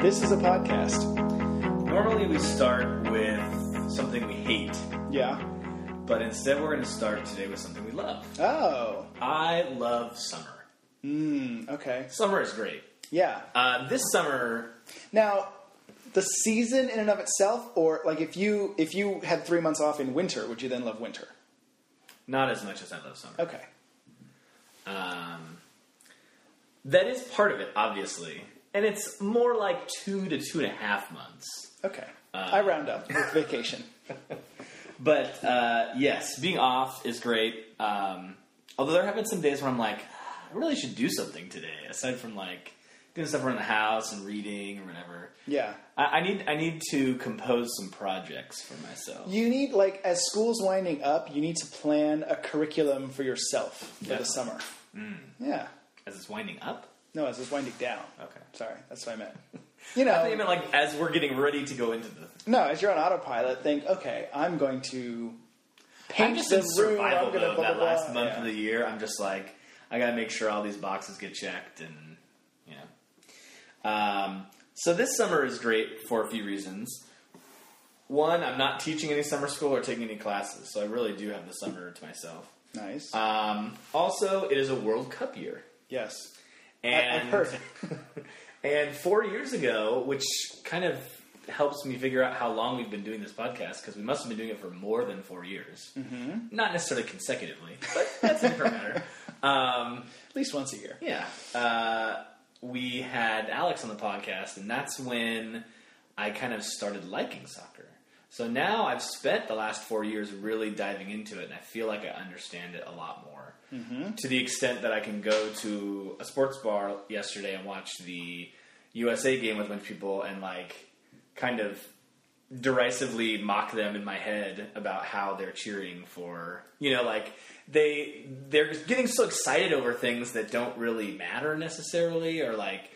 This is a podcast. Normally we start with something we hate, Yeah. but instead we're going to start today with something we love. Oh. I love summer. Mm, okay. Summer is great. Yeah. Uh, this summer, Now, the season in and of itself, or like if you if you had three months off in winter, would you then love winter? not as much as I love summer. Okay. Um, that is part of it, obviously, and it's more like two to two and a half months. Okay. I Uh, round up with vacation. But uh, yes, being off is great. Um, although there have been some days where I'm like, I really should do something today, aside from like doing stuff around the house and reading or whatever. Yeah. I, I need I need to compose some projects for myself. You need like as school's winding up, you need to plan a curriculum for yourself for the Definitely. summer. Mm. Yeah. As it's winding up. No, as it's winding down. Okay. Sorry, that's what I meant. You I think know, you meant like as we're getting ready to go into the. no, as you're on autopilot, think, okay, I'm going to paint I'm just the in survival room. I'm gonna mode. blah, That blah, last blah. month Yeah. of the year, I'm just like, I gotta make sure all these boxes get checked, and you know. Um, so this summer is great for a few reasons. One, I'm not teaching any summer school or taking any classes, so I really do have the summer to myself. Nice. Um, also, it is a World Cup year. yes. I- And I've heard. and four years ago, which kind of helps me figure out how long we've been doing this podcast because we must have been doing it for more than four years, mm-hmm. not necessarily consecutively, but that's a different matter. Um, At least once a year. yeah, uh, we had Alex on the podcast, and that's when I kind of started liking soccer. So now I've spent the last four years really diving into it, and I feel like I understand it a lot more. To the extent that I can go to a sports bar yesterday and watch the USA game with a bunch of people and, like, kind of derisively mock them in my head about how they're cheering for you know like they they're getting so excited over things that don't really matter necessarily or like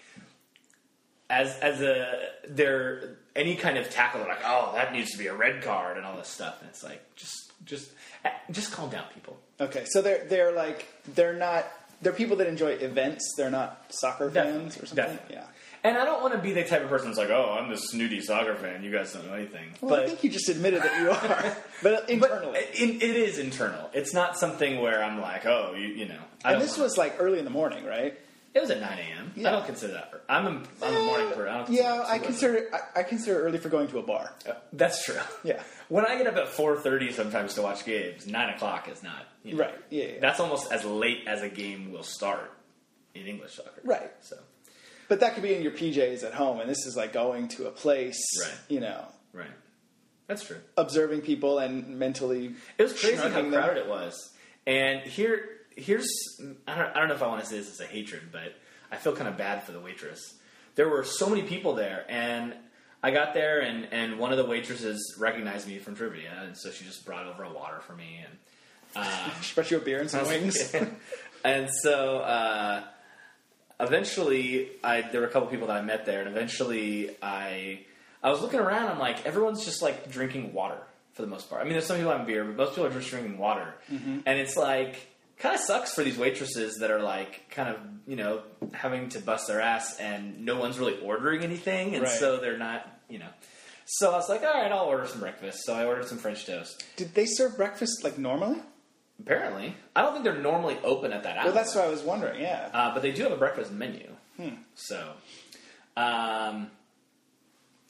as as a they're any kind of tackle they're like oh that needs to be a red card and all this stuff and it's like just just just calm down people Okay, so they're they're like they're not they're people that enjoy events. They're not soccer fans or something. Definitely. Yeah. and I don't want to be the type of person that's like oh I'm this snooty soccer fan you guys don't know anything Well, I think you just admitted that you are, but uh, internally. in, it is internal. It's not something where I'm like, oh, you, you know. I and don't this wanna- was like early in the morning, right? it was at 9 a.m. Yeah. I don't consider that. ear- I'm a, I'm a morning person. I don't Yeah, it I too consider I, I consider it early for going to a bar. early. Uh, That's true. Yeah. When I get up at 4:30 sometimes to watch games, nine o'clock is not. you know. Right. Yeah, yeah. That's almost as late as a game will start in English soccer. Right. So. But that could be in your PJs at home, and this is like going to a place, Right. you know, Right. That's true. observing people and mentally. It was crazy how shrugging crowded them. it was. And here, here's I don't, I don't know if I want to say this as a hatred, but I feel kind of bad for the waitress. There were so many people there, and I got there, and and one of the waitresses recognized me from trivia, and so she just brought over a water for me, and She brought you a beer and some wings. and so uh, eventually, I there were a couple people that I met there, and eventually, I I was looking around. I'm like, everyone's just like drinking water for the most part. I mean, there's some people having beer, but most people are just drinking water, and it's like kind of sucks for these waitresses that are like kind of you know having to bust their ass, and no one's really ordering anything, and Right. so they're not you know. So I was like, all right, I'll order some breakfast. So I ordered some French toast. Did they serve breakfast like normally? Apparently, I don't think they're normally open at that hour. Well, that's what I was wondering. Yeah. Uh, but they do have a breakfast menu. So, um,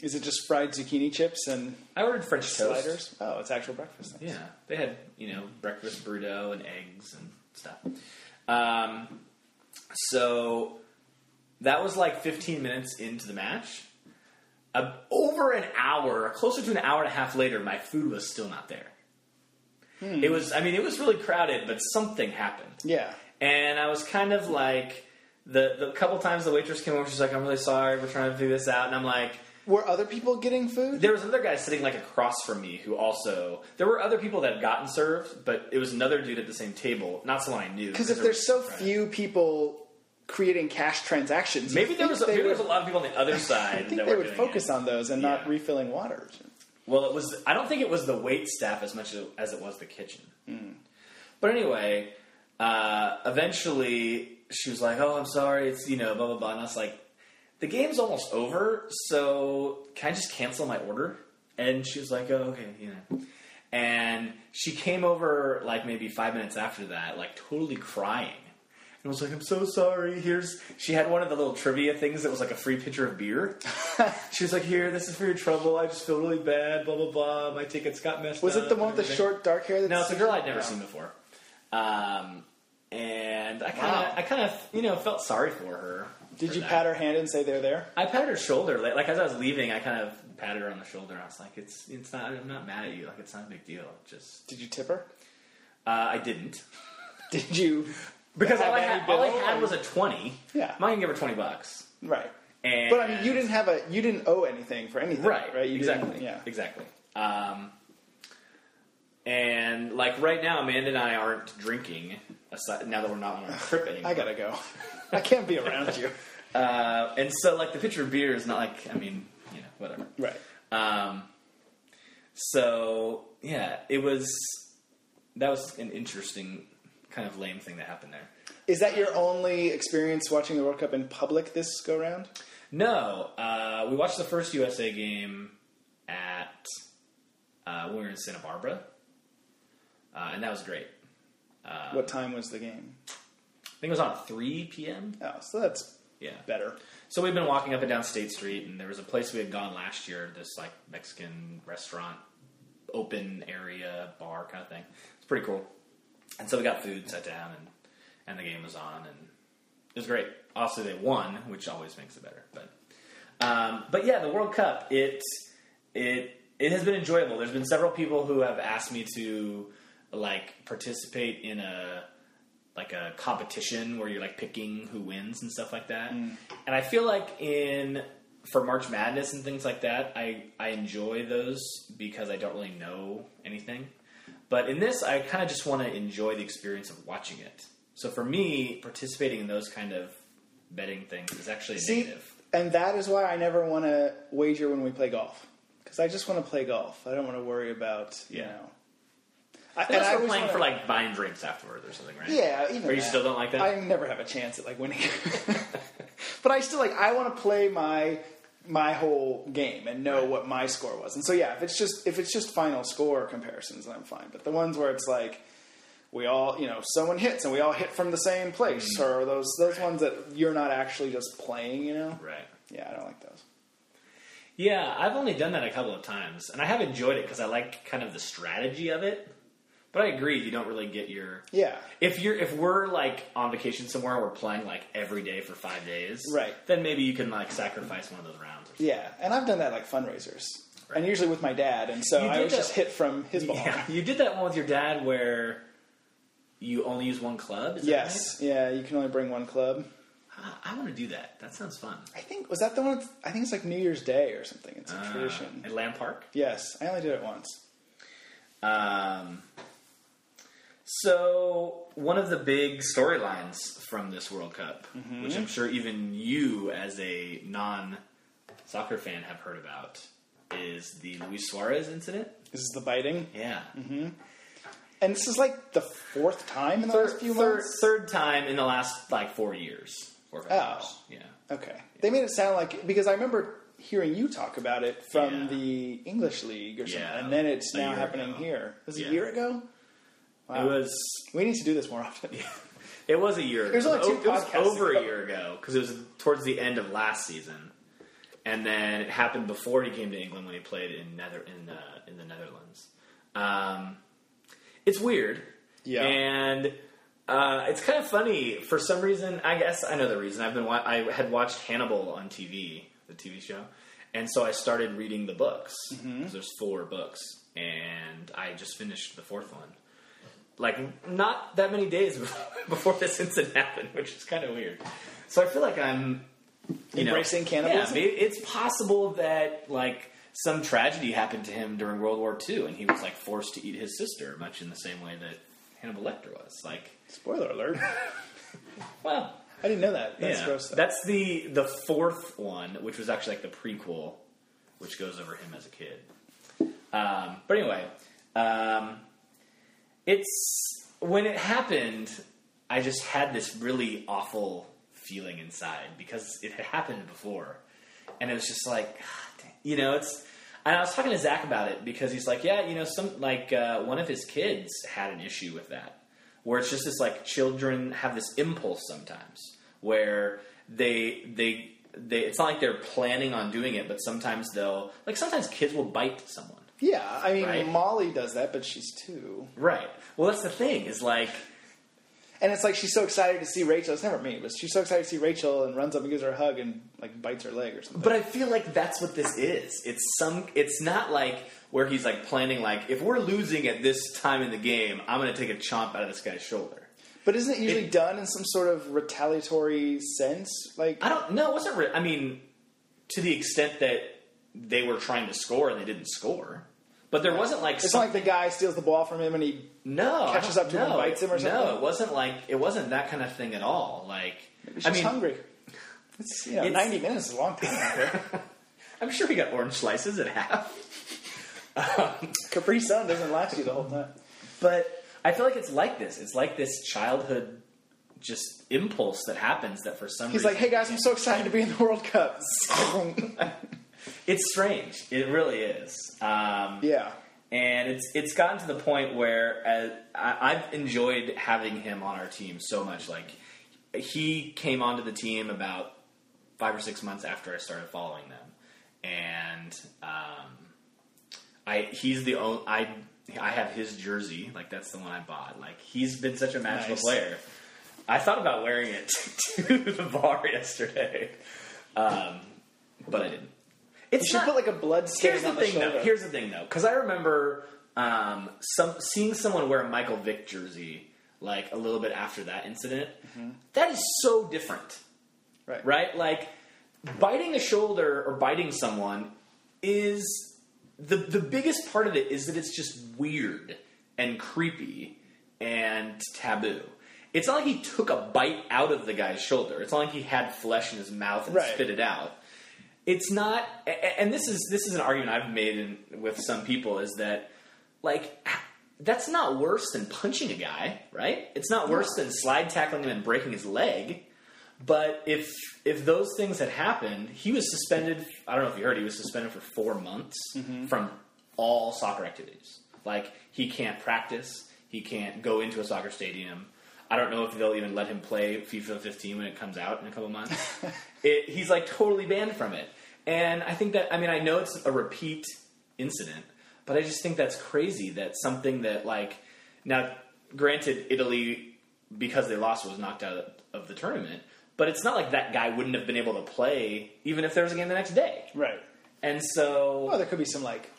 Is it just fried zucchini chips and I ordered French toast. sliders? Oh, it's actual breakfast. then. Yeah, they had you know breakfast burrito and eggs and stuff. Um, so that was like 15 minutes into the match. Uh, over an hour, closer to an hour and a half later, my food was still not there. It was, I mean, it was really crowded, but something happened. Yeah. and I was kind of like the the couple times the waitress came over, she's like, "I'm really sorry, we're trying to figure this out," and I'm like, Were other people getting food? there was another guy sitting like across from me who also there were other people that had gotten served, but it was another dude at the same table, not someone I knew. Because if there there's was- so right. few people creating cash transactions, you maybe there think was a, they maybe there was a would- lot of people on the other I side. think that they were would doing focus it. on those and not Yeah. refilling water. Well, it was. I don't think it was the wait staff as much as- as it was the kitchen. But anyway, uh, eventually she was like, "Oh, I'm sorry. It's you know, blah blah blah." And I was like, the game's almost over, so can I just cancel my order? And she was like, oh, okay, you know. And she came over like maybe five minutes after that, like totally crying. And was like, I'm so sorry. Here's she had one of the little trivia things that was like a free pitcher of beer. she was like, Here, this is for your trouble. I just feel really bad, blah blah blah. My tickets got messed Was up. it the one and with the everything." short dark hair? That's Uh, No, it's a girl I'd never No. seen before. Um, and I kind of, Wow. I kind of, you know, felt sorry for her. Did for you that. pat her hand and say they're there? I patted her shoulder. Like, like as I was leaving, I kind of patted her on the shoulder. I was like, "It's, it's not. I'm not mad at you. Like, it's not a big deal. Just, Did you tip her? uh, I didn't Did you? because all I, Have any had, all I bill? had was a twenty. Yeah. I'm not gonna give her twenty bucks. Right. And But I mean, you didn't have a you didn't owe anything for anything, right, right? You didn't- exactly, Yeah. exactly. Um, and like right now, Amanda and I aren't drinking. Aside, now that we're not on our trip anymore, I gotta go. I can't be around you. Uh, and so, like, the pitcher of beer is not like, I mean, you know, whatever. Right. Um, so, yeah, it was, that was an interesting kind of lame thing that happened there. Is that your only experience watching the World Cup in public this go round? No, uh, we watched the first USA game at, uh, we were in Santa Barbara, uh, and that was great. what time was the game? I think it was on at 3 p.m. Oh, so that's Yeah. better. So we've been walking up and down State Street, and there was a place we had gone last year, this like Mexican restaurant, open area bar kind of thing. It's pretty cool. And so we got food, sat down, and and the game was on, and it was great. Obviously, they won, which always makes it better. But um, but yeah, the World Cup it it it has been enjoyable. There's been several people who have asked me to like participate in a like a competition where you're like picking who wins and stuff like that. And I feel like in for March Madness and things like that, I I enjoy those because I don't really know anything. But in this, I kind of just want to enjoy the experience of watching it. So for me, participating in those kind of betting things is actually a See, negative. and that is why I never want to wager when we play golf because I just want to play golf. I don't want to worry about you Yeah. know. I, and Unless I we're always playing wanna- for like buying drinks afterwards or something, right? yeah, even Or you that. still don't like that? I never have a chance at like winning, but I still like I want to play my my whole game and know what my score was. And so yeah, if it's just if it's just final score comparisons, then I'm fine. But the ones where it's like we all you know someone hits and we all hit from the same place, Mm-hmm. or those those ones that you're not actually just playing, you know? Right. Yeah, I don't like those. Yeah, I've only done that a couple of times, and I have enjoyed it because I like kind of the strategy of it. But I agree, you don't really get your Yeah. if you're if we're like on vacation somewhere and we're playing like every day for five days, Right. Then maybe you can like sacrifice one of those rounds. Or Yeah, and I've done that like fundraisers, and usually with my dad, and so You I did was that- just hit from his ball. something. Yeah, you did that one with your dad where you only use one club. Is that Yes, yeah, you can only bring one club. right? Ah, I want to do that. That sounds fun. I think was that the one. that's- I think it's like New Year's Day or something. It's a Uh, tradition. at Lamb Park. Yes, I only did it once. Um, so one of the big storylines from this World Cup, Mm-hmm. which I'm sure even you, as a non-soccer fan, have heard about, is the Luis Suarez incident. Mm-hmm. This is the biting, Yeah, and this is like the fourth time in the last few third, months. third time in the last like four years. Four or five Oh. years. Yeah. Okay, they made it sound like because I remember hearing you talk about it from Yeah. the English league or something, Yeah, and then it's a now year happening ago. here. This is Yeah. a year ago. Wow. It was. we need to do this more often. It was a year. ago. It was only two it was podcasts over ago. a year ago because it was towards the end of last season, and then it happened before he came to England when he played in Nether in uh, in the Netherlands. Um, it's weird. Yeah. And uh, it's kind of funny for some reason. I guess I know the reason. I've been wa- I had watched Hannibal on TV, the TV show, and so I started reading the books. 'cause There's four books, and I just finished the fourth one. Like not that many days before this incident happened, which is kind of weird. So I feel like I'm you know- Embracing cannibalism? Yeah, it- it's possible that like some tragedy happened to him during World War II, and he was like forced to eat his sister, much in the same way that Hannibal Lecter was. Like, Spoiler alert! well, I didn't know that. That's yeah, gross. Though. that's the the fourth one, which was actually like the prequel, which goes over him as a kid. Um, but anyway, um, it's when it happened, I just had this really awful feeling inside because it had happened before, and it was just like, "God dang," you know, it's. And I was talking to Zach about it because he's like, yeah, you know, some like uh, one of his kids had an issue with that, where it's just this like children have this impulse sometimes where they they they it's not like they're planning on doing it, but sometimes they'll like sometimes kids will bite someone. Yeah, I mean Right. Molly does that, but she's two, Right. Well, that's the thing is like and it's like she's so excited to see Rachel. It's never me, but she's so excited to see Rachel and runs up and gives her a hug and like bites her leg or something. But I feel like that's what this is. It's some. It's not like where he's like planning. Like if we're losing at this time in the game, I'm going to take a chomp out of this guy's shoulder. But isn't it usually done in some sort of retaliatory sense? Like, I don't know. It wasn't. Re- I mean, to the extent that they were trying to score and they didn't score, but there wasn't like it's some- not like the guy steals the ball from him and he. no I catches don't- up to him and no, bites him or No, something? it wasn't like it wasn't that kind of thing at all. Like She's I mean, hungry. It's, you know, It's- ninety minutes is a long time. I'm sure he got orange slices at half. Capri Sun doesn't last you the whole time. But I feel like it's like this. It's like this childhood just impulse that happens that for some He's reason like, "Hey guys, I'm so excited to be in the World Cup." it's strange. It really is. Um, yeah, And it's it's gotten to the point where uh I, I've enjoyed having him on our team so much. Like he came onto the team about five or six months after I started following them, and um, I he's the only I I have his jersey. Like that's the one I bought. Like he's been such a magical Nice. player. I thought about wearing it to the bar yesterday, um, but I didn't. you It's should not, put like a blood stain Here's the on thing, the shoulder. though. Here's the thing, though, because I remember um, some seeing someone wear a Michael Vick jersey like a little bit after that incident. Mm-hmm. That is so different, right, right? Like biting a shoulder or biting someone is the the biggest part of it is that it's just weird and creepy and taboo. It's not like he took a bite out of the guy's shoulder. It's not like he had flesh in his mouth and Right. spit it out it's not a- a- and this is this is an argument i've made in, with some people is that like that's not worse than punching a guy right it's not worse than slide tackling him and breaking his leg but if if those things had happened he was suspended i don't know if you heard he was suspended for four months from all soccer activities like he can't practice he can't go into a soccer stadium I don't know if they'll even let him play FIFA 15 when it comes out in a couple months. it, he's like totally banned from it. And I think that, I mean, I know it's a repeat incident, but I just think that's crazy that something that, like, now, granted, Italy, because they lost, was knocked out of the tournament, but it's not like that guy wouldn't have been able to play even if there was a game the next day. right. And so. Well, there could be some like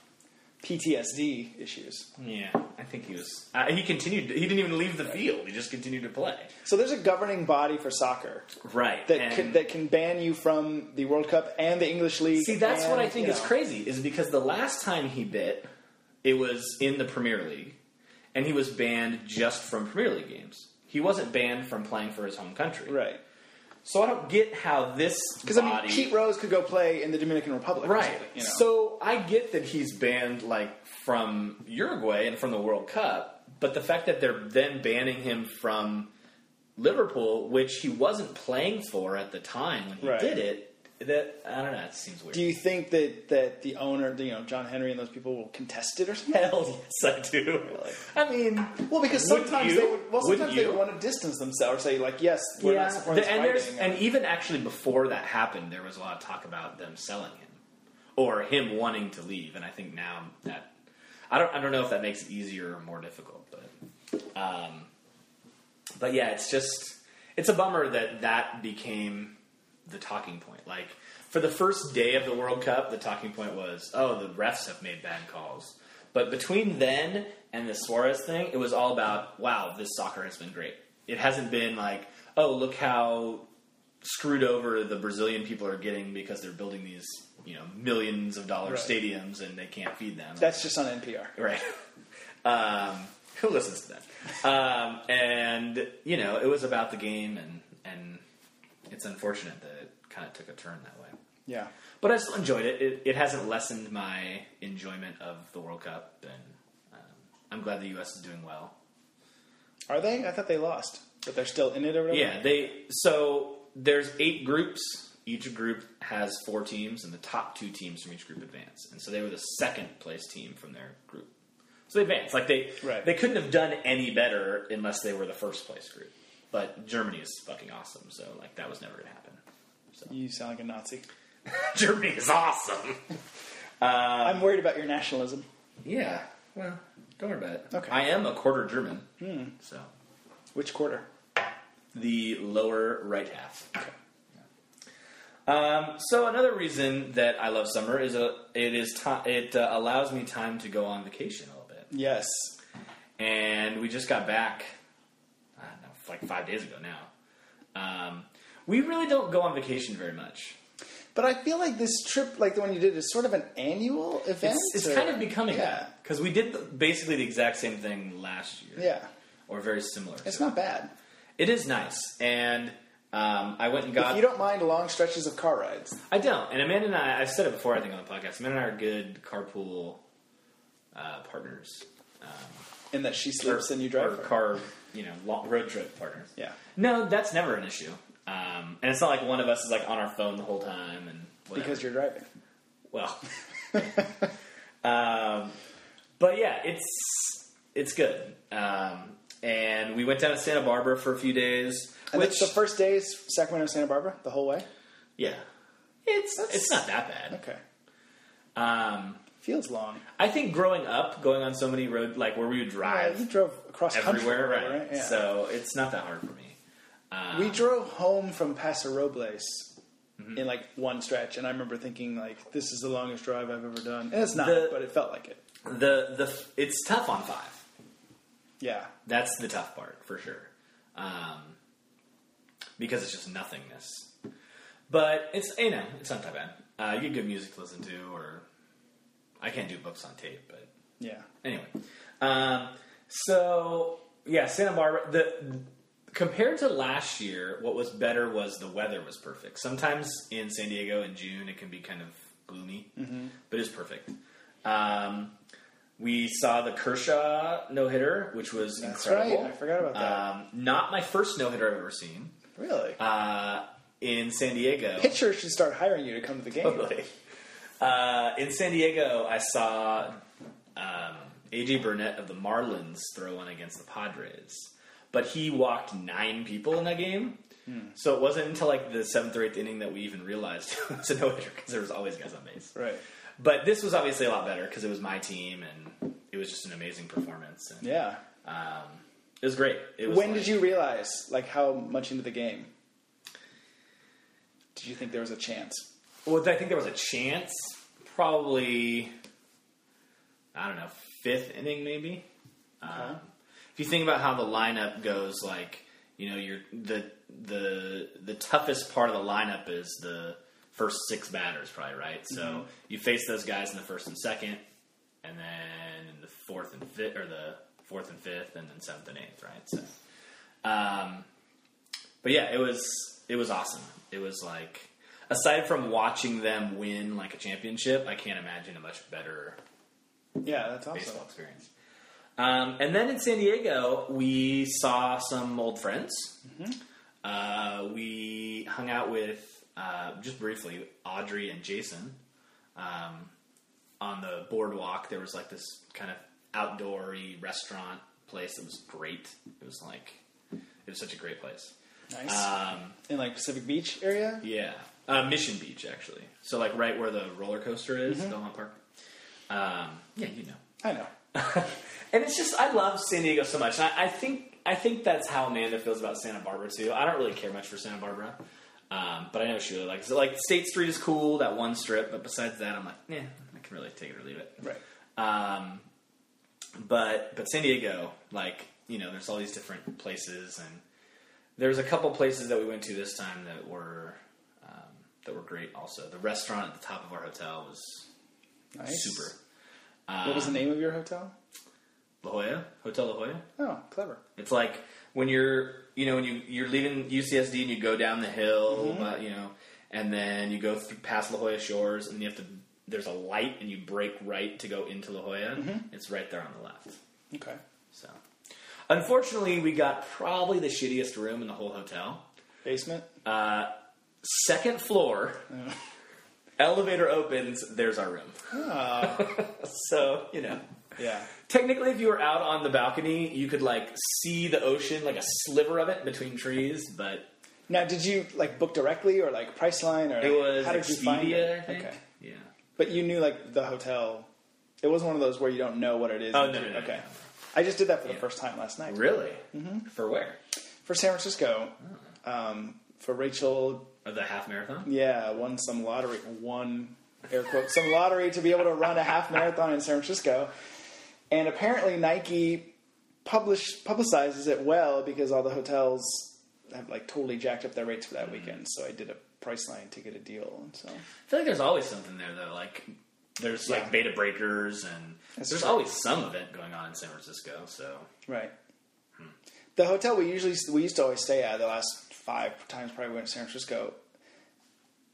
PTSD issues. Yeah, I think he was. Uh, he continued. He didn't even leave the field. He just continued to play. So there's a governing body for soccer Right. that can, that can ban you from the World Cup and the English league. See, that's what and, I think you is know. crazy, is because the last time he bit, it was in the Premier League, and he was banned just from Premier League games. He wasn't banned from playing for his home country. right? So I don't get how this Because body. I mean, Pete Rose could go play in the Dominican Republic, or right. something, You know? So I get that he's banned, like, from Uruguay and from the World Cup, but the fact that they're then banning him from Liverpool, which he wasn't playing for at the time when he Right. did it, that, I don't know, it seems weird. Do you think that that the owner, you know, John Henry and those people will contest it or something? Hell yes, I do. I mean, Well, because Wouldn't sometimes you? they would. Well, Wouldn't sometimes they would you? want to distance themselves, say like, "Yes, we're not supporting The- this and there's fighting, or- and even actually before that happened, there was a lot of talk about them selling him or him wanting to leave. And I think now that I don't I don't know if that makes it easier or more difficult, but um, but yeah, it's just it's a bummer that that became the talking point. Like for the first day of the World Cup, the talking point was, oh, the refs have made bad calls. But between then and the Suarez thing, it was all about, wow, this soccer has been great. It hasn't been like, oh, look how screwed over the Brazilian people are getting because they're building these, you know, millions of dollar Right. stadiums and they can't feed them. that's just on NPR. Right. Um, who listens to that? Um, and you know, it was about the game, and and it's unfortunate that it kind of took a turn that way. Yeah, But I still enjoyed it. It, it hasn't lessened my enjoyment of the World Cup, and um, I'm glad the U.S. is doing well. are they? I thought they lost, but they're still in it or whatever. Yeah, they so there's eight groups. Each group has four teams, and the top two teams from each group advance. And so they were the second place team from their group. So they advanced. Like they Right. they couldn't have done any better unless they were the first place group. But Germany is fucking awesome, so like that was never gonna happen. You sound like a Nazi. Germany is awesome. I'm worried about your nationalism. Yeah. Well, don't worry about it. Okay. Hmm. I am a quarter German. So Which quarter? the lower right half. Um, so another reason that I love summer is a, it is ti it uh, allows me time to go on vacation a little bit. Yes. and we just got back. I don't know, like five days ago now. Um, we really don't go on vacation very much. But I feel like this trip, like the one you did, is sort of an annual event. It's, it's or- kind of becoming yeah. that because we did the, basically the exact same thing last year. Yeah. or very similar. It's to not bad. it. It is nice, and um, I went and If got. you don't mind long stretches of car rides. I don't. And Amanda and I, I've said it before, I think, on the podcast. Amanda and I are good carpool uh, partners. And that she sleeps and you drive or her. car, you know, long, road trip partners. Yeah. No, that's never an issue. Um, and it's not like one of us is like on our phone the whole time and whatever. Because you're driving. well, um, but yeah, it's it's good. Um, and we went down to Santa Barbara for a few days, And which that's the first day is Sacramento, Santa Barbara, the whole way. yeah, it's it's not that bad. Okay. Um, Feels long. I think growing up, going on so many road like where we would Yeah, you drive drove across country, everywhere, right? Yeah. So um, it's not that hard for me. we drove home from Paso Robles Mm-hmm. in like one stretch, and I remember thinking like, "This is the longest drive I've ever done." And it's not, The- but it felt like it. The the it's tough on five. Yeah, That's the tough part for sure, um, because it's just nothingness. But it's you know it's not that bad. Uh, you get good music to listen to, or I can't do books on tape. But yeah. anyway, um, so yeah, Santa Barbara. The compared to last year, what was better was the weather was perfect. Sometimes in San Diego in June, it can be kind of gloomy, Mm-hmm. but it's perfect. Um, we saw the Kershaw no hitter, which was That's incredible. right. I forgot about that. Um, not my first no hitter I've ever seen really, uh, in San Diego. pitchers should start hiring you to come to the game. Totally. Uh, in San Diego, I saw um, AJ Burnett of the Marlins throw one against the Padres, but he walked nine people in that game. Hmm. So it wasn't until like the seventh or eighth inning that we even realized it was a no hitter because there was always guys on base. Right. But this was obviously a lot better because it was my team and it was just an amazing performance. And Yeah. It was great. It was when like- did you realize like how much into the game? Did you think there was a chance? Well, I think there was a chance. Probably, I don't know, fifth inning maybe. Um, if you think about how the lineup goes, like you know, you're the the the toughest part of the lineup is the first six batters, probably right. So you face those guys in the first and second, and then in the fourth and fifth, or the fourth and fifth, and then seventh and eighth, right? So, um, but yeah, it was it was awesome. It was like aside from watching them win like a championship, I can't imagine a much better Yeah, that's awesome. baseball experience. Um, and then in San Diego, we saw some old friends. Uh, we hung out with uh, just briefly Audrey and Jason um, on the boardwalk. There was like this kind of outdoory restaurant place that was great. It was like it was such a great place. Nice. Um, in like Pacific Beach area. yeah, uh, Mission Beach actually. So like right where the roller coaster is, Belmont Park. Um, yeah, you know I know. and it's just I love San Diego so much. And I, I think I think that's how Amanda feels about Santa Barbara too. I don't really care much for Santa Barbara, um, but I know she really likes it. Like State Street is cool, that one strip. But besides that, I'm like, yeah, I can really take it or leave it. Right. Um, but but San Diego, like you know, there's all these different places, and there's a couple places that we went to this time that were um, that were great. Also, the restaurant at the top of our hotel was Nice. super. Um, What was the name of your hotel? La Jolla Hotel La Jolla. Oh, clever. It's like when you're, you know, when you you're leaving UCSD and you go down the hill, but, you know, and then you go through, past La Jolla Shores, and you have to. There's a light, and you break right to go into La Jolla. It's right there on the left. Okay. So, unfortunately, we got probably the shittiest room in the whole hotel. Basement? Uh, second floor. Elevator opens. There's our room. so you know, Yeah. technically, if you were out on the balcony, you could like see the ocean, like a sliver of it between trees. But Now, did you like book directly or like Priceline or it was how did you find Expedia. it? I think. Okay, Yeah. but you knew like the hotel. It wasn't one of those where you don't know what it is. Oh, no, no, no, okay. no. I just did that for the Yeah. first time last night Really? Mm-hmm. For where? for San Francisco. Um, for Rachel, Of the half marathon? yeah, won some lottery, won air quotes some lottery to be able to run a half marathon in San Francisco, and apparently Nike publish publicizes it well because all the hotels have like totally jacked up their rates for Mm-hmm. that weekend. So I did a Priceline to get a deal, and so. I feel like there's always something there though. Like there's Yeah. like beta breakers and That's there's true. always some event going on in San Francisco. So Right. The hotel we usually we used to always stay at the last five times probably we went to San Francisco.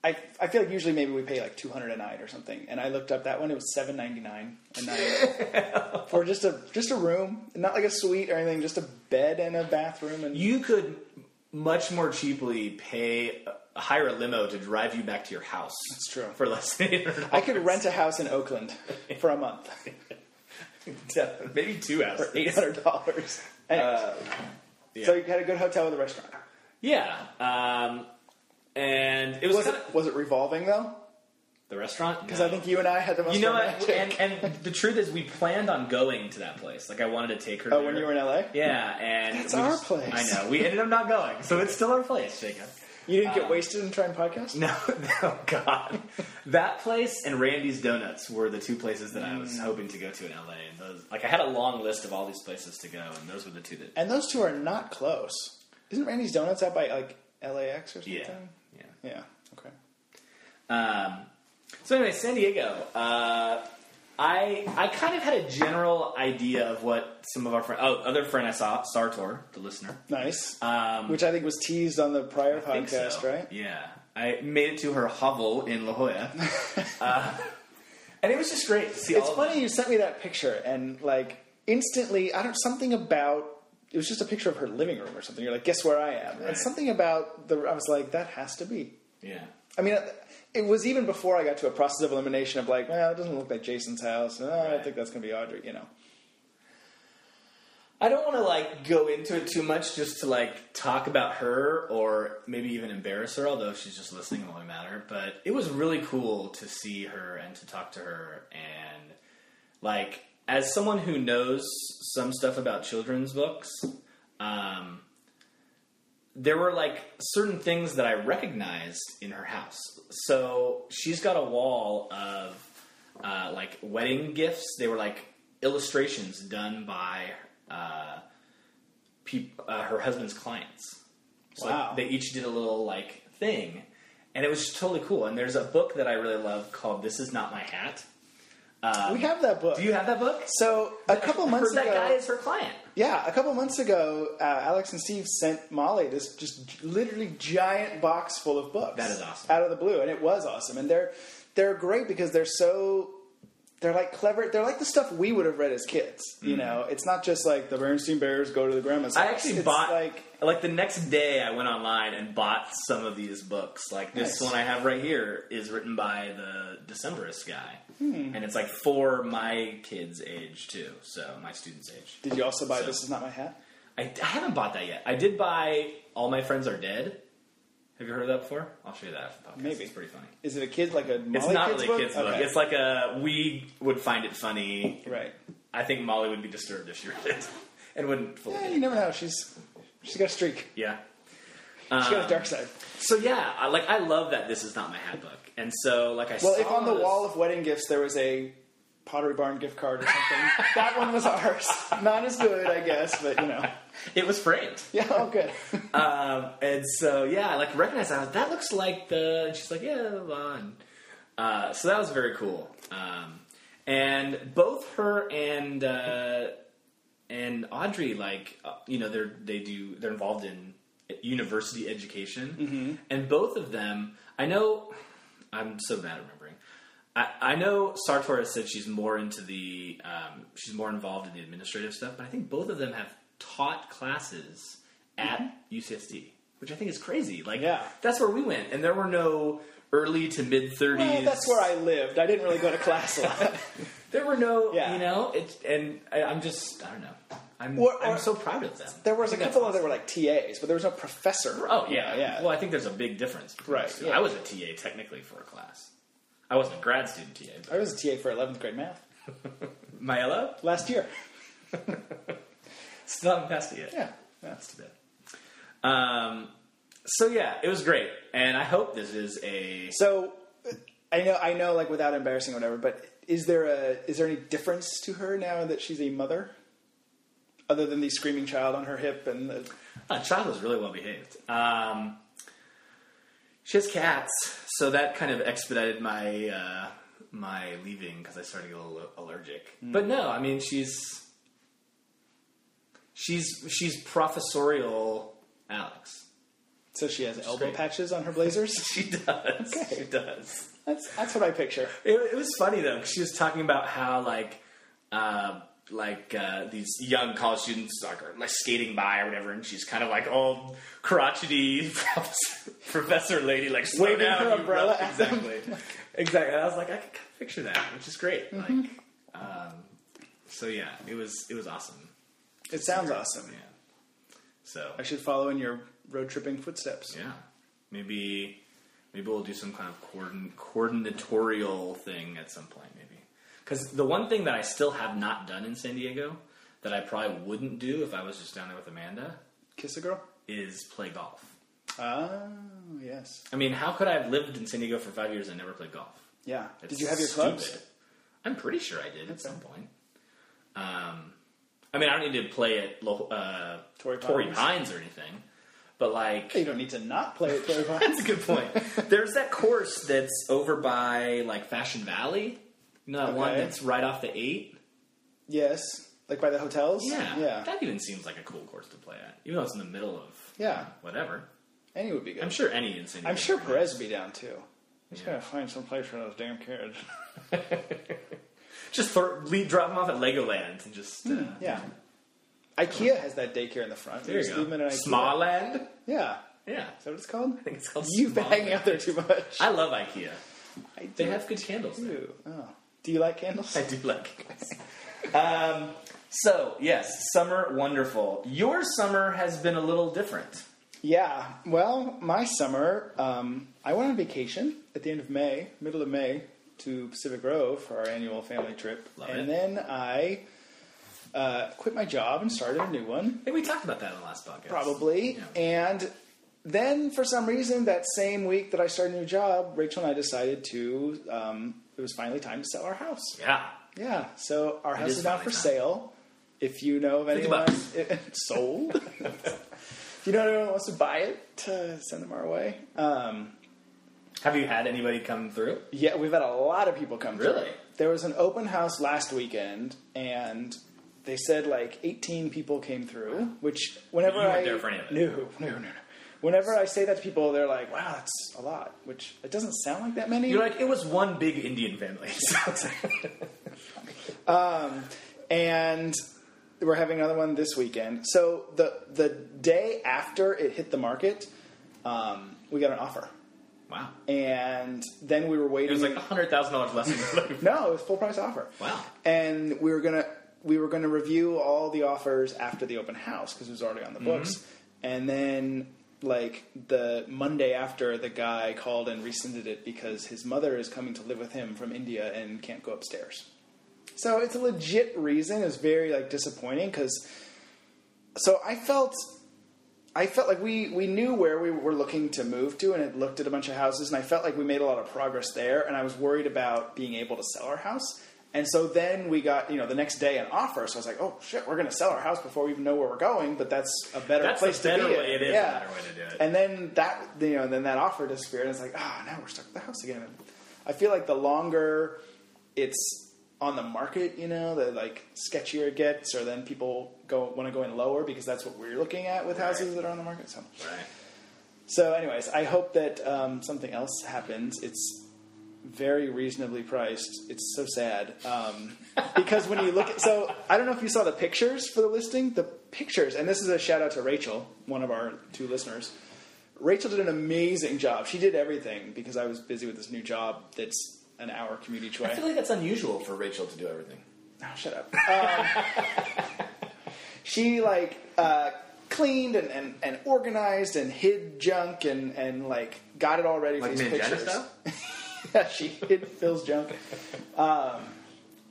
I I feel like usually maybe we pay like two hundred a night or something. And I looked up that one; it was seven ninety nine a night for just a just a room, not like a suite or anything, just a bed and a bathroom. And you could much more cheaply pay hire a limo to drive you back to your house. That's true. For less than I could rent a house in Oakland for a month maybe two for hours. eight hundred dollars. Uh, So you had a good hotel with a restaurant. Yeah. Um, and it was, Was it kinda, was it revolving though? the restaurant Because I think you and I had the most. You know what? romantic- And, and the truth is, we planned on going to that place. Like, I wanted to take her. oh, there. when you were in LA, Yeah, and That's we our place. I know. We ended up not going, so it's still our place, Jacob. you didn't get wasted and try and podcast. Uh, No, no, God, that place and Randy's Donuts were the two places that I Mm. was hoping to go to in LA. And those, like, I had a long list of all these places to go, and those were the two that. And those two are not close. Isn't Randy's Donuts out by like LAX or something? Yeah, yeah. Yeah. Okay. Um, so anyway, San Diego. Uh, I I kind of had a general idea of what some of our friend, oh, other friend I saw, Sartor, the listener. Nice. Um, Which I think was teased on the prior I think podcast, so. right? Yeah. I made it to her hovel in La Jolla. Uh, and it was just great to see It's all funny you sent me that picture and like instantly I don't something about it was just a picture of her living room or something. You're like, guess where I am? Right. And something about the I was like, that has to be. Of, yeah. I mean, uh, it was even before I got to a process of elimination of like, well, it doesn't look like Jason's house. and, oh, I Right. don't think that's going to be Audrey. You know, I don't want to like go into it too much just to like talk about her or maybe even embarrass her, although if she's just listening, it won't matter. But it was really cool to see her and to talk to her. And like, as someone who knows some stuff about children's books, um, there were like certain things that I recognized in her house. So she's got a wall of uh, like wedding gifts. They were like illustrations done by uh, peop- uh, her husband's clients. So like, Wow. they each did a little like thing, and it was just totally cool. And there's a book that I really love called "This Is Not My Hat." we have that book. Um, Do you have that book? so a couple months that ago, guy is her client. Yeah, a couple months ago, uh, Alex and Steve sent Molly this just literally giant box full of books. That is awesome. Out of the blue, and it was awesome. And they're they're great because they're so they're like clever. They're like the stuff we would have read as kids. You know, it's not just like the Bernstein Bears go to the grandma's. Mm-hmm. I house. actually It's bought like like like the next day I went online and bought some of these books. Like this Nice. one I have right here is written by the Decemberist guy, Hmm. and it's like for my kids' age too, so my students' age. did you also buy So- This Is Not My Hat? I, I haven't bought that yet. I did buy All My Friends Are Dead. Have you heard of that before? I'll show you that after the podcast. Maybe. it's pretty funny. Is it a kid like a Molly It's not kids really book? a kids' book. Okay. It's like a we would find it funny. right. I think Molly would be disturbed if she read it and wouldn't fully. Yeah, get you it. never know. She's she's got a streak. Yeah. She's Um, got a dark side. So yeah, I, like I love that this is not my hat book, and so like I Well, saw if on the this- wall of wedding gifts there was a Pottery Barn gift card or something, that one was ours. Not as good, I guess, but you know. it was framed, Yeah, oh, good. um, and so yeah, I like recognized that I was, that looks like the. And she's like, yeah, blah," and, uh, so that was very cool. Um, and both her and uh, and Audrey, like uh, you know, they're they do they're involved in university education, and both of them, I know, I'm so bad at remembering. I, I know Sartor has said she's more into the um, she's more involved in the administrative stuff, but I think both of them have taught classes at UCSD. which I think is crazy. Like, Yeah. that's where we went, and there were no early to mid thirties. Well, Oh, that's where I lived. I didn't really go to class a lot. There were no, Yeah. you know, it's and I, I'm just I don't know. I'm Or- or- I'm so proud of them. There was I a think couple that's of that were like TAs, but there was no professor. awesome. Oh yeah, yeah. Well, I think there's a big difference. between Right, those two. yeah. I was a TA technically for a class. I wasn't a grad student TA. But I was a TA for 11th grade math my LO last year. still haven't passed it yet. Yeah, that's That's too bad. Um, so yeah, it was great, and I hope this is a So I know, I know, like without embarrassing or whatever, but is there a is there any difference to her now that she's a mother, other than the screaming child on her hip and the, Uh, child was really well behaved. Um, she has cats, so that kind of expedited my uh, my leaving because I started to get a little allergic. But no, I mean she's she's she's professorial, Alex. so she has elbow great. patches on her blazers? She does. Okay. She does. that's that's what I picture. It, it was funny though. 'cause she was talking about how like uh, like uh, these young college students like are like skating by or whatever, and she's kind of like all crotchety professor lady like slow Waving down, her you umbrella rough- at them. exactly exactly. And I was like I could kind of picture that, which is great. Mm-hmm. Like um, so yeah, it was it was awesome. It sounds awesome. Yeah. So I should follow in your road tripping footsteps. yeah, maybe maybe we'll do some kind of coordin- coordinatorial thing at some point, maybe. Because the one thing that I still have not done in San Diego that I probably wouldn't do if I was just down there with Amanda Kiss a girl. is play golf. Oh yes, I mean, how could I have lived in San Diego for five years and never played golf? yeah. It's Did you have your clubs? stupid. I'm pretty sure I did at Okay. some point. Um, I mean, I don't need to play at Lo- uh, Torrey Torrey Pines. Pines or anything, but like You don't need to not play at Torrey Pines. That's a good point. There's that course that's over by like Fashion Valley. You know that one Okay. that's right off the eight. yes, like by the hotels. Yeah, yeah. That even seems like a cool course to play at, even though it's in the middle of Yeah. whatever. Any would be good. I'm sure any in San Diego. I'm sure Perez would be down too. He's gotta find some place for those damn kids. Just throw, leave, drop them off at Legoland and just uh, Hmm. Yeah. IKEA has that daycare in the front. There just you go. leave them in an IKEA. Smallland. Yeah. Yeah, Is that what it's called? I think it's called. You've been Smallland. hanging out there too much. I love IKEA. I They do have good candles. There. too. Oh. Do you like candles? I do like candles. um, so yes, summer wonderful. Your summer has been a little different. Yeah. Well, my summer, um, I went on vacation at the end of May, middle of May, to Pacific Grove for our annual family trip, Love and it. then I uh, quit my job and started a new one. I think we talked about that in the last podcast. probably. Yeah. And then, for some reason, that same week that I started a new job, Rachel and I decided to. Um, it was finally time to sell our house. Yeah. Yeah, so our house is is, now for finally time. sale. If you know of anyone bucks. it, sold, if you know anyone who wants to buy it, uh, send them our way. Um, Have you had anybody come through? yeah, we've had a lot of people come. Really? Through. There was an open house last weekend, and they said like 18 people came through. Which whenever You weren't I there for any of it. no, no, no, no. Whenever I say that to people, they're like, "Wow, that's a lot," which it doesn't sound like that many. You're like, it was one big Indian family. and we're having another one this weekend. So the the day after it hit the market, um, we got an offer, wow. and then we were waiting. It was like hundred thousand dollars less. Than No, it was full price offer. Wow. And we were gonna we were gonna review all the offers after the open house because it was already on the books. Mm-hmm. And then like the Monday after, the guy called and rescinded it because his mother is coming to live with him from India and can't go upstairs. So it's a legit reason. It's very like disappointing because. So I felt. I felt like we, we knew where we were looking to move to, and it looked at a bunch of houses, and I felt like we made a lot of progress there, and I was worried about being able to sell our house. And so then we got, you know, the next day an offer, so I was like, oh shit, we're going to sell our house before we even know where we're going, but that's a better That's place the better to be. in. way. It is yeah. a better way to do it. And then that you know, then that offer disappeared. And it's like, ah, now we're stuck with the house again. And I feel like the longer it's on the market, you know, the like sketchier it gets, or then people go want to go in lower because that's what we're looking at with houses that are on the market. So, right. so anyways, I hope that um, something else happens. It's very reasonably priced. It's so sad um, because when you look at so I don't know if you saw the pictures for the listing. The pictures, and this is a shout out to Rachel, one of our two listeners. Rachel did an amazing job. She did everything because I was busy with this new job that's an hour commute each way. I feel like that's unusual for Rachel to do everything. No, shut up. Um, she like uh, cleaned and, and, and organized and hid junk and, and like got it all ready Like for these Mangina pictures. style? yeah, she hid Phil's junk. Um,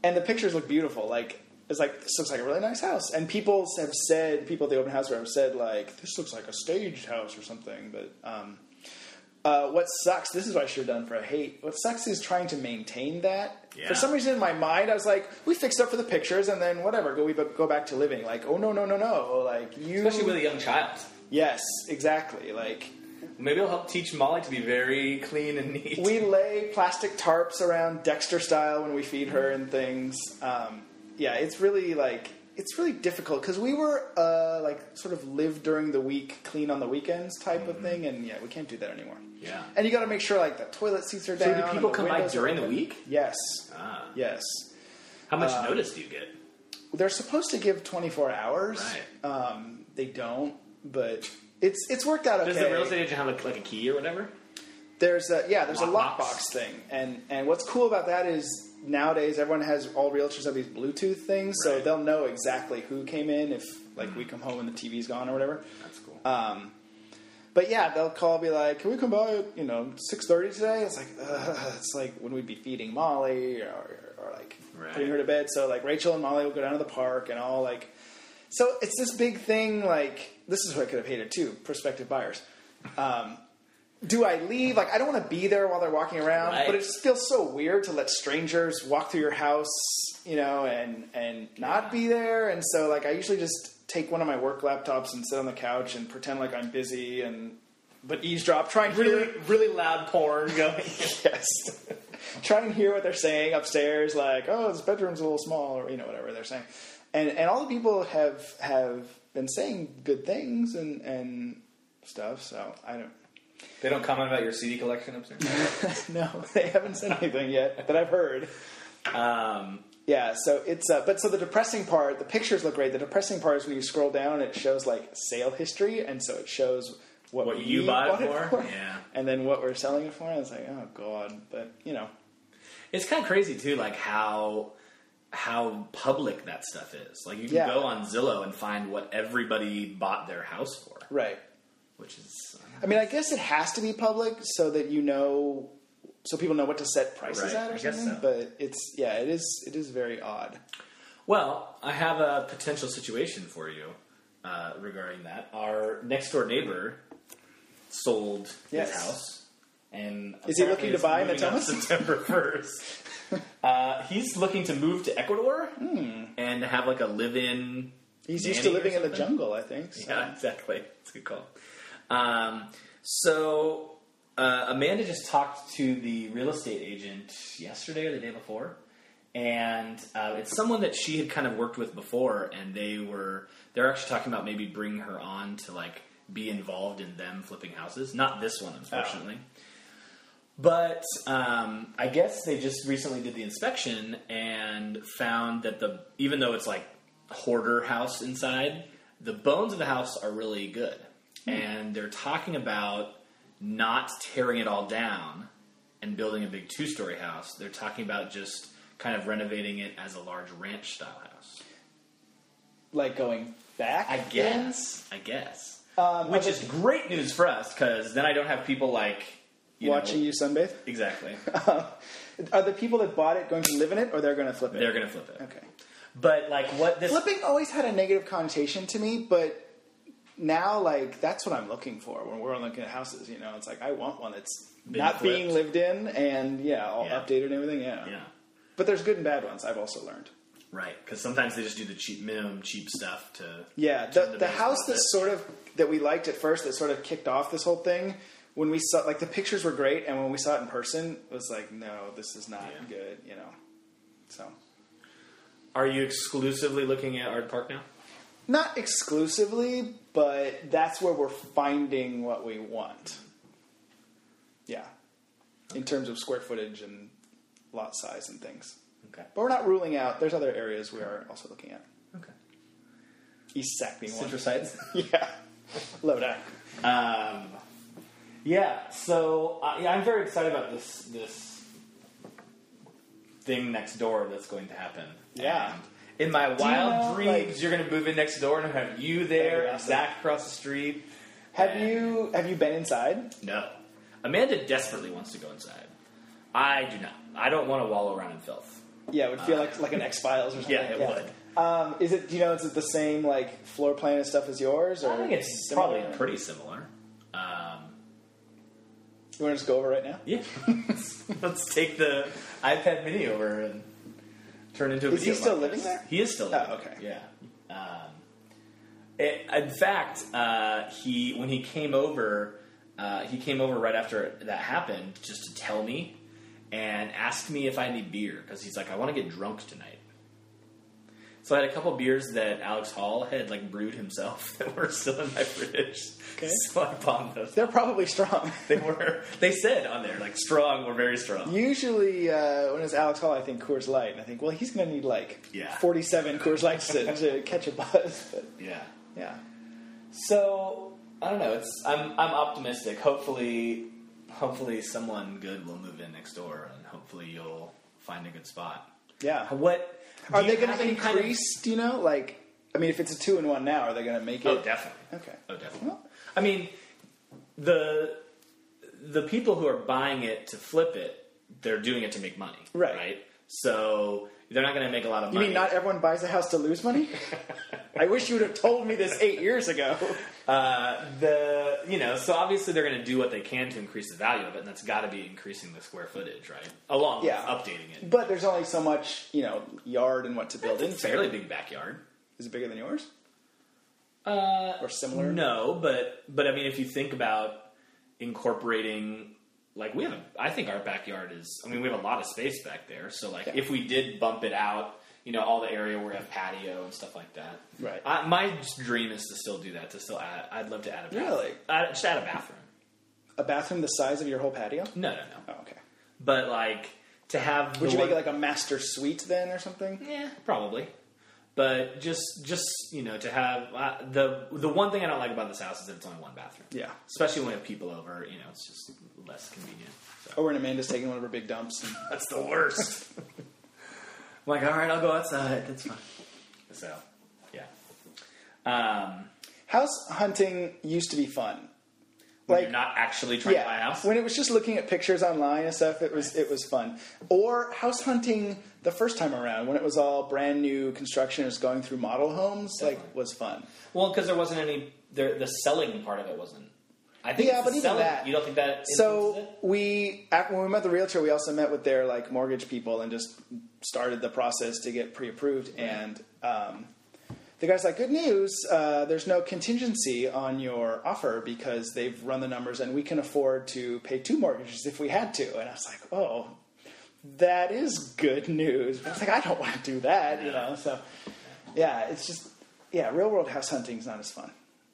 and the pictures look beautiful. Like it's like this looks like a really nice house. And people have said people at the open house where have said like this looks like a staged house or something. But um, uh, what sucks, this is what I should have done for a hate. What sucks is trying to maintain that. Yeah. For some reason in my mind, I was like, we fixed up for the pictures and then whatever, go we go back to living. Like, oh no, no, no, no. Like you Especially with a young child. Yes, exactly. Like Maybe it'll help teach Molly to be very clean and neat. we lay plastic tarps around Dexter style when we feed her and things. Um, yeah, it's really like it's really difficult because we were uh, like sort of live during the week, clean on the weekends type of thing, and yeah, we can't do that anymore. Mm-hmm. Yeah. and you got to make sure like the toilet seats are so down. do and people the come by windows are during the open. week? Yes, Ah. yes. How much notice do you get? They're supposed to give twenty four hours. Right. Um, they don't, but it's it's worked out okay. Does the real estate agent have like, like a key or whatever? There's a yeah, there's Lockbox. a lockbox thing, and and what's cool about that is nowadays everyone has all realtors have these Bluetooth things, so Right. they'll know exactly who came in if like we come home and the TV's gone or whatever. That's cool. Uh, But yeah, they'll call be like, "Can we come by at you know six thirty today?" It's like Ugh. it's like when we'd be feeding Molly or, or like Right. putting her to bed. So like Rachel and Molly will go down to the park and all like. So it's this big thing. Like this is what I could have hated too. Prospective buyers. Um, do I leave? Like I don't want to be there while they're walking around, Right. but it just feels so weird to let strangers walk through your house, you know, and and not Yeah. be there. And so like I usually just take one of my work laptops and sit on the couch and pretend like I'm busy and but eavesdrop, try and really, hear, really loud porn going. yes, try and hear what they're saying upstairs. Like, oh, this bedroom's a little small, or you know, whatever they're saying. And and all the people have have been saying good things and and stuff. So I don't. they don't comment about your CD collection upstairs. No, they haven't said anything yet that I've heard. um, Yeah, so it's uh, but so the depressing part, the pictures look great. The depressing part is when you scroll down, it shows like sale history, and so it shows what, What we you bought it bought for? Yeah. and then what we're selling it for. And it's like, oh god, but you know, it's kind of crazy too, like how how public that stuff is. Like you can Yeah. go on Zillow and find what everybody bought their house for, right? which is uh, I mean, I guess it has to be public so that you know, so people know what to set prices Right, at I or guess something. so. But it's yeah, it is it is very odd. Well, I have a potential situation for you uh, regarding that. Our next door neighbor sold Yes. his house, and Is he looking to buy in apparently is Natomas? moving on September first? uh, he's looking to move to Ecuador Hmm. and have like a live-in. He's used to nanny or living in the something. jungle, I think. So. Yeah, exactly. It's a good call. Um, so uh, Amanda just talked to the real estate agent yesterday or the day before, and uh, it's someone that she had kind of worked with before, and they were they're actually talking about maybe bringing her on to like be involved in them flipping houses. Not this one, unfortunately. But um, I guess they just recently did the inspection and found that the even though it's like hoarder house inside, the bones of the house are really good, and they're talking about not tearing it all down and building a big two-story house. They're talking about just kind of renovating it as a large ranch-style house. Like going back, I then? guess. I guess. Um, Which are is great news for us because then I don't have people like you know- watching you sunbathe. exactly. Are the people that bought it going to live in it, or they're going to flip it? They're gonna flip it. Okay. But like what this Flipping always had a negative connotation to me, but now like that's what I'm looking for when we're looking at houses. You know, it's like I want one that's Been not flipped. being lived in and yeah, all Yeah. updated and everything. Yeah. yeah But there's good and bad ones. I've also learned. right because sometimes they just do the cheap minimum cheap stuff to Yeah, Turn the, the the, base house profit. that sort of that we liked at first that sort of kicked off this whole thing. When we saw like the pictures were great, and when we saw it in person, it was like, no, this is not Yeah. good. You know, so. Are you exclusively looking at Ard Park now? not exclusively, but that's where we're finding what we want. Yeah. In terms of square footage and lot size and things. Okay. But we're not ruling out, there's other areas we are also looking at. Okay. East Sac being one. Citrus sites. Yeah. Lodi. um, Yeah, so uh, yeah, I'm very excited about this this thing next door that's going to happen. Yeah. And in my wild know, dreams, like- you're going to move in next door and have you there, That'd be and awesome. Zach across the street. Have Yeah. you have you been inside? No, Amanda desperately wants to go inside. I do not. I don't want to wallow around in filth. Yeah, it would feel like like an X Files or something. Yeah, it would. Um, is it? Do you know? Is it the same like floor plan and stuff as yours? Or I think it's similar? probably pretty similar. Um, You want to just go over right now? yeah, let's take the iPad Mini over and turn it into a Is he video. still podcast. living there? He is still. Living Oh, okay. There. Yeah. Um, it- in fact, uh, he when he came over, uh, he came over right after that happened just to tell me and asked me if I had any beer because he's like, I want to get drunk tonight. So I had a couple beers that Alex Hall had like brewed himself that were still in my fridge. Okay. So I bombed those. They're probably strong. They were. They said on there like strong or very strong. Usually, uh, when it's Alex Hall, I think Coors Light, and I think, well, he's going to need like Yeah. forty-seven Coors Lights to, to catch a buzz. But Yeah. yeah, So I don't know. It's I'm I'm optimistic. Hopefully, hopefully someone good will move in next door, and hopefully you'll find a good spot. yeah. What do Are you they going have to any kind of- increase? Do you know? Like, I mean, if it's a two-in-one now, are they going to make it? oh, definitely. Okay. Oh, definitely. Well, I mean, the the people who are buying it to flip it, they're doing it to make money, Right. Right. So they're not going to make a lot of You money. mean not everyone buys a house to lose money? I wish you would have told me this eight years ago. Uh, the you know so obviously they're going to do what they can to increase the value of it, and that's got to be increasing the square footage, right? Along Yeah. with updating it. But there's only so much, you know, yard and what to build It's a into. fairly big backyard. Is it bigger than yours Uh, or similar? no, but but I mean, if you think about incorporating, like we have, a, I think our backyard is. I mean, we have a lot of space back there. So like, Yeah. if we did bump it out, you know, all the area where we have patio and stuff like that. Right. I, my dream is to still do that. To still add, I'd love to add a bathroom. Really? Uh, just add a bathroom. A bathroom the size of your whole patio? No, no, no. Oh, okay. But like to have. Would the you one- make it like a master suite then or something? Yeah, probably. But just just you know to have uh, the the one thing I don't like about this house is that it's only one bathroom. Yeah. especially when we have people over. You know, it's just less convenient. So Or when Amanda's taking one of her big dumps. And, that's the worst. I'm like, all right, I'll go outside. That's fine. So, yeah. Um, house hunting used to be fun. when Like you're not actually trying to buy a yeah, house. when it was just looking at pictures online and stuff, it was it was fun. Or house hunting the first time around when it was all brand new construction, is going through model homes, like Definitely. was fun. Well, because there wasn't any. There, the selling part of it wasn't. I think Yeah, it's but the even selling- that- you don't think that So influences we, at- when we met the realtor, we also met with their like mortgage people and just started the process to get pre-approved. And um, the guy's like, "Good news! Uh, there's no contingency on your offer because they've run the numbers and we can afford to pay two mortgages if we had to." And I was like, "Oh, that is good news." But I was like, "I don't want to do that," you know. So yeah, it's just yeah, real world house hunting is not as fun. it?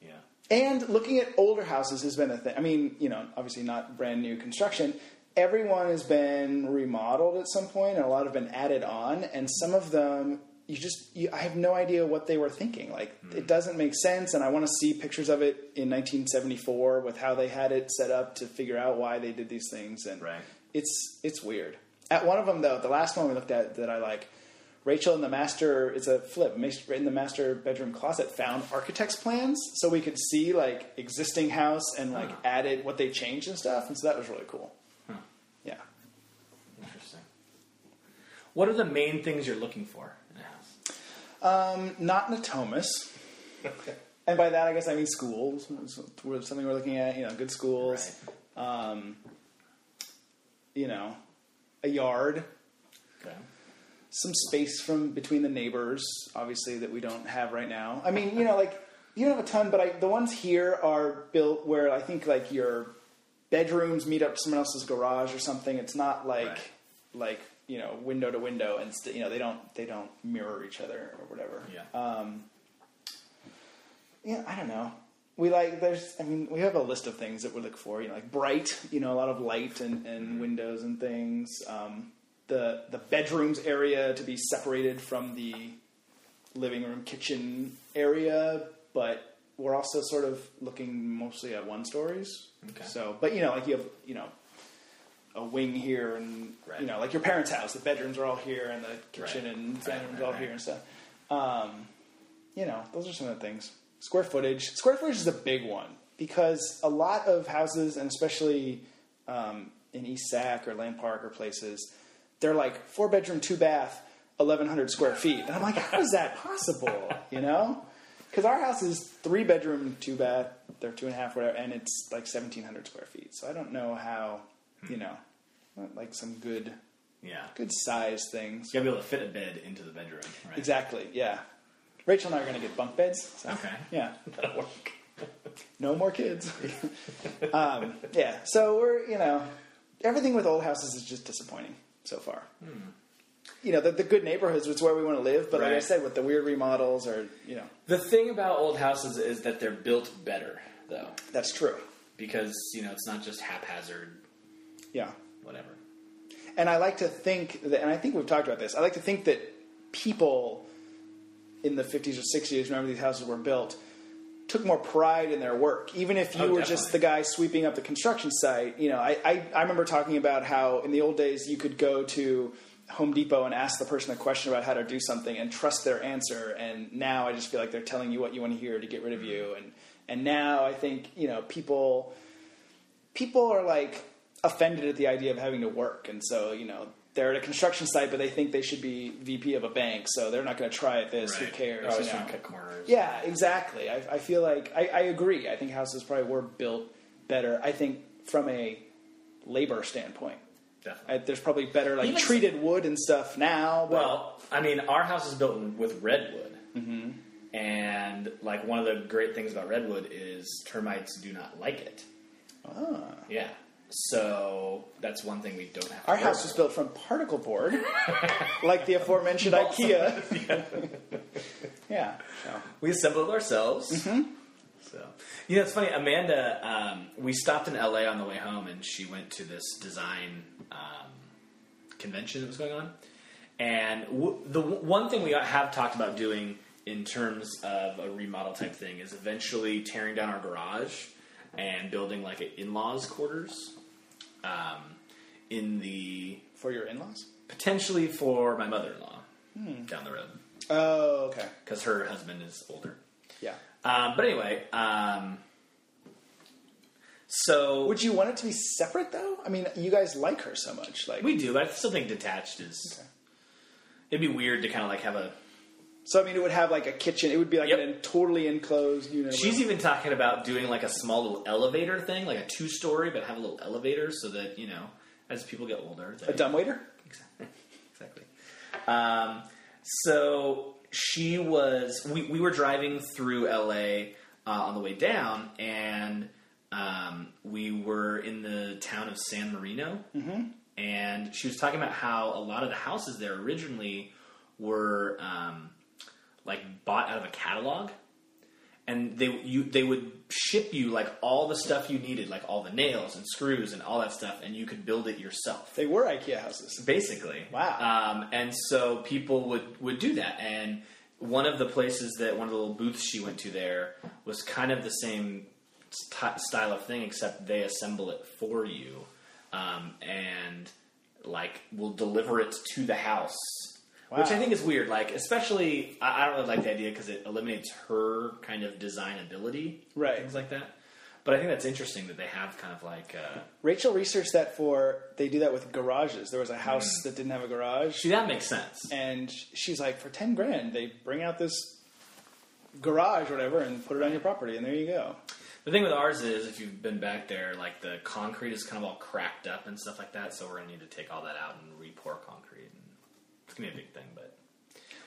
yeah, And looking at older houses has been a thing. I mean, you know, obviously not brand new construction. Everyone has been remodeled at some point, and a lot have been added on. And some of them, you just, you, I have no idea what they were thinking. Like, it doesn't make sense. And I want to see pictures of it in 1974 with how they had it set up to figure out why they did these things. And Right. it's it's weird. At one of them, though, the last one we looked at that I like, Rachel in the master, it's a flip, ma- in the master bedroom closet found architect's plans so we could see like existing house and like Huh. added what they changed and stuff. And so that was really cool. Yeah. Interesting. What are the main things you're looking for in a house? Um, not Natomas. And by that, I guess I mean schools. We're- Something we're looking at, you know, good schools, you know, a yard. Okay. some space from between the neighbors, obviously that we don't have right now. I mean, you know, like you don't have a ton, but I, the ones here are built where I think like your bedrooms meet up to someone else's garage or something. It's not like Right. like you know window to window, and st- you know they don't they don't mirror each other or whatever. Yeah. Yeah, I don't know. We like there's I mean we have a list of things that we look for. You know, like bright. You know, a lot of light and, Mm-hmm. and windows and things. Um, the the bedrooms area to be separated from the living room kitchen area, but we're also sort of looking mostly at one stories. Okay. So, but you know, like you have you know a wing here, and Right. you know, like your parents' house, the bedrooms are all here, and the kitchen Right. and Right, dining room's right, all right. here and stuff. Um, you know, those are some of the things. Square footage. Square footage is a big one because a lot of houses, and especially um, in East Sac or Land Park or places, they're like four bedroom, two bath, eleven hundred square feet, and I'm like, how is that possible? You know, because our house is three bedroom, two bath, they're two and a half, whatever, and it's like seventeen hundred square feet. So I don't know how, you Hmm. know, like some good, Yeah. good size things. You gotta be able to fit a bed into the bedroom, right? Exactly. Yeah. Rachel and I are going to get bunk beds. So, Okay. Yeah. That'll work. No more kids. um, yeah. So we're you know everything with old houses is just disappointing so far. You know the, the good neighborhoods is where we want to live, but like I Hmm. Right. said, with the weird remodels or you know The thing about old houses is that they're built better, though, that's true. because you know it's not just haphazard, Yeah. whatever. And I like to think that, and I think we've talked about this. I like to think that people in the 50s or 60s, remember these houses were built, took more pride in their work. Even if you Oh, were just definitely. the guy sweeping up the construction site, you know, I, I, I remember talking about how in the old days you could go to Home Depot and ask the person a question about how to do something and trust their answer. And now I just feel like they're telling you what you want to hear to get rid of Mm-hmm. you. And, and now I think, you know, people people are like offended at the idea of having to work, and so you know they're at a construction site, but they think they should be VP of a bank, so they're not going to try at this. Who Right. Oh, cares? Always you trying know? to cut corners. Yeah, exactly. I, I feel like I, I agree. I think houses probably were built better. I think from a labor standpoint, definitely. I, there's probably better like Even- treated wood and stuff now. But Well, I mean, our house is built in- with redwood. Mm-hmm. And, like, one of the great things about redwood is termites do not like it. Yeah. So, that's one thing we don't have to our worry house was built from particle board, like the aforementioned IKEA. yeah. So. we assembled ourselves. So, you know, it's funny. Amanda, um, we stopped in LA on the way home, and she went to this design um, convention that was going on. And w- the w- one thing we have talked about doing in terms of a remodel type thing is eventually tearing down our garage and building like an in-laws quarters um, in the For your in-laws? potentially for my mother-in-law down the road Oh, okay. because her husband is older. Yeah. Um, but anyway, um, so Would you want it to be separate though? I mean, you guys like her so much, like we do, but I still think detached is. Okay. It'd be weird to kind of like have a. so. I mean, it would have like a kitchen. It would be like Yep. an totally enclosed unit. She's even talking about doing like a small little elevator thing, like a two-story, but have a little elevator so that you know, as people get older, they, a dumb waiter. Exactly. exactly. Um, so she was. We, we were driving through LA uh, on the way down, and um, we were in the town of San Marino. And she was talking about how a lot of the houses there originally were um, like bought out of a catalog and they you they would ship you like all the stuff you needed like all the nails and screws and all that stuff and you could build it yourself They were IKEA houses. basically. Wow. Um, and so people would would do that, and one of the places that one of the little booths she went to there was kind of the same st- style of thing, except they assemble it for you, um, and like will deliver it to the house. Which Wow. I think is weird, like especially I, I don't really like the idea because it eliminates her kind of designability, Right. Things like that. But I think that's interesting that they have kind of like uh, Rachel researched that for they do that with garages. There was a Mm. house that didn't have a garage, see that makes sense. and she's like, for ten grand, they bring out this garage, or whatever, and put it on your property, and there you go. The thing with ours is, if you've been back there, like the concrete is kind of all cracked up and stuff like that. So we're gonna need to take all that out and re-pour concrete. And it's gonna be a big thing, but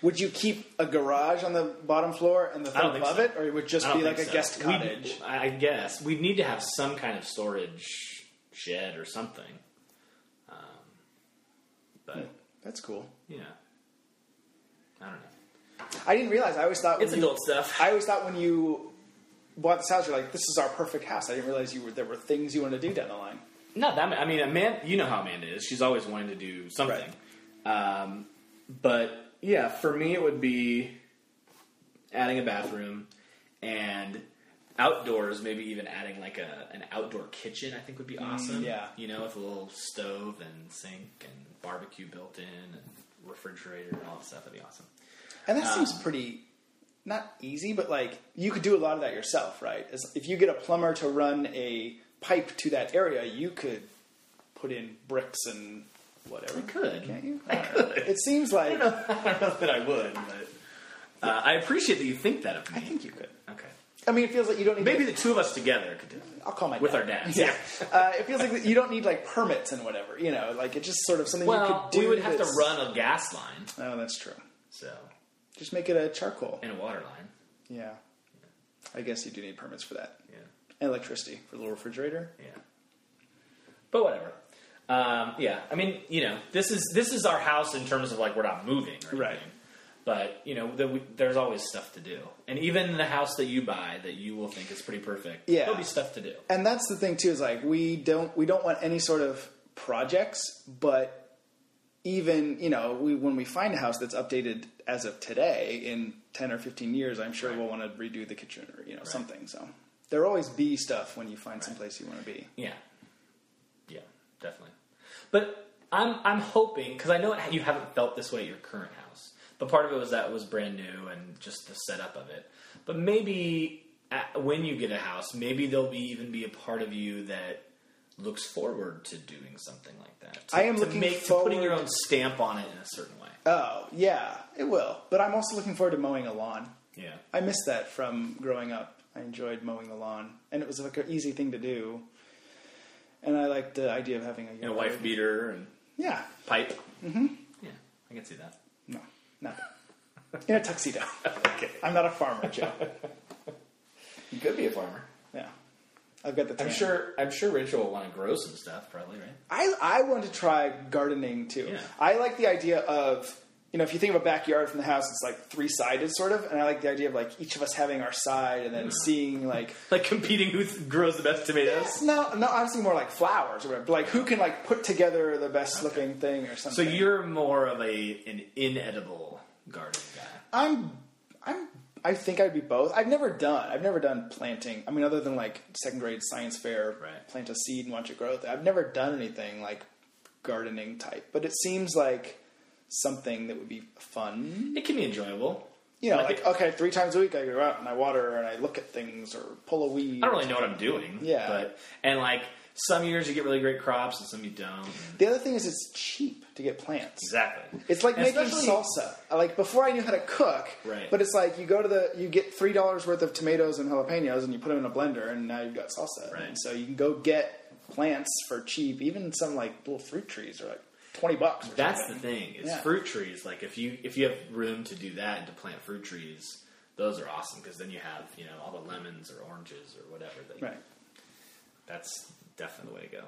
Would you keep a garage on the bottom floor and the I don't thing think above so. it, or it would just I don't be like think a so. guest We'd- cottage? I I guess we'd need to have some kind of storage shed or something. Um, but That's cool. yeah, I don't know. I didn't realize. I always thought It's when you- adult stuff. I always thought when you bought this house, you're like, "This is our perfect house." I didn't realize you were there were things you wanted to do down the line. Not that. ma- I mean, Amanda. You know how Amanda is. She's always wanting to do something. Um, but yeah, for me, it would be adding a bathroom, and outdoors, maybe even adding like a an outdoor kitchen, I think would be awesome. Mm, yeah. you know, with a little stove and sink and barbecue built in and refrigerator and all that stuff would be awesome. And Uh. that seems pretty not easy, but like you could do a lot of that yourself, right? As, if you get a plumber to run a pipe to that area, you could put in bricks and whatever. I could. Can't you? I could. It seems like I, I don't know that I would, but uh, I appreciate that you think that of me. think you could. okay, I mean, it feels like you don't need. maybe the two of us together could do it. I'll call my with dad. our dads. Yeah, uh, it feels like you don't need like permits and whatever. You know, like it's just sort of something you Well, could do. we would have to that's- run a gas line, Oh, that's true. so Just make it a charcoal. and a water line. Yeah, I guess you do need permits for that. Yeah. And electricity for the little refrigerator. Yeah. But whatever. Um, yeah, I mean, you know, this is this is our house in terms of like we're not moving, or Right. anything. But you know, the, we, there's always stuff to do, and even the house that you buy that you will think is pretty perfect, Yeah. there'll be stuff to do. and that's the thing too is like we don't we don't want any sort of projects but even you know we when we find a house that's updated as of today in 10 or 15 years i'm sure Right. we'll want to redo the kitchen or you know something so there'll always be stuff when you find someplace you want to be Yeah, yeah, definitely. But I'm I'm hoping because I know you haven't felt this way at your current house, but part of it was that it was brand new and just the setup of it. But maybe at, when you get a house, maybe there'll be even be a part of you that looks forward to doing something like that. To- I am to looking make, to putting your forward- own stamp on it in a certain way. oh yeah it will but i'm also looking forward to mowing a lawn Yeah, i missed that from growing up i enjoyed mowing the lawn and it was like an easy thing to do and i liked the idea of having a, and a wife beater and yeah pipe. Mm-hmm. Yeah, I can see that. No, no. In a tuxedo. Okay, I'm not a farmer, Joe. you could be a farmer. Yeah. I've got the tan. I'm sure. I'm sure Rachel will want to grow some stuff, probably, right? I, I want to try gardening too. Yeah. I like the idea of, you know, if you think of a backyard from the house, it's like three sided sort of. And I like the idea of like each of us having our side and then Hmm. seeing like. like competing who th- grows the best tomatoes. No, no, I'm seeing more like flowers or whatever. But like who can like put together the best looking thing or So something. you're more of a an inedible garden guy. I'm I'm I think I'd be both. I've never done I've never done planting. I mean, other than like second grade science fair, Right. plant a seed and watch it grow. I've never done anything like gardening type, but it seems like something that would be fun. It can be enjoyable. You know, Like like it- okay, three times a week I go out and I water and I look at things or pull a weed. I don't really know what I'm doing. Yeah. But and like some years you get really great crops and some you don't. The other thing is it's cheap to get plants. Exactly. It's like And making especially- salsa. I- Like before, I knew how to cook. Right. But it's like you go to the you get three dollars worth of tomatoes and jalapenos, and you put them in a blender, and now you've got salsa. Right. And so you can go get plants for cheap. Even some like little fruit trees are like twenty bucks. Or That's the something. thing. It's Yeah. fruit trees. Like if you if you have room to do that and to plant fruit trees, those are awesome because then you have you know all the lemons or oranges or whatever. That Right. That's definitely the way to go.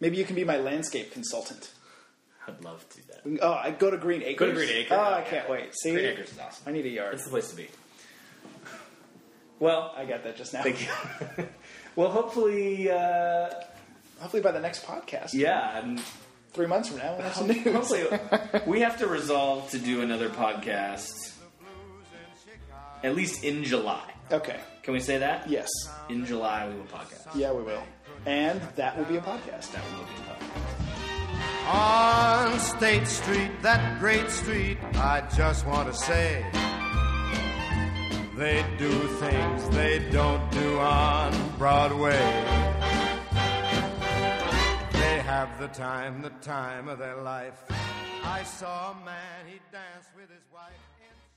Maybe you can be my landscape consultant. I'd love to do that. Oh, I go to Green Acres. Go to Green Acre. Oh, I Yeah. can't wait. See, Green Acres is awesome. I need a yard. That's the place to be. Well, I got that just now. Thank you. well, hopefully, uh, Hopefully by the next podcast. yeah. and Three months from now, we'll have some news. Hopefully, we have to resolve to do another podcast at least in July. Okay. Can we say that? Yes. In July, we will podcast. Yeah, we will. And that will be a podcast. That will be a podcast. On State Street, that great street, I just want to say they do things they don't do on Broadway. They have the time, the time of their life. I saw a man, he danced with his wife. in-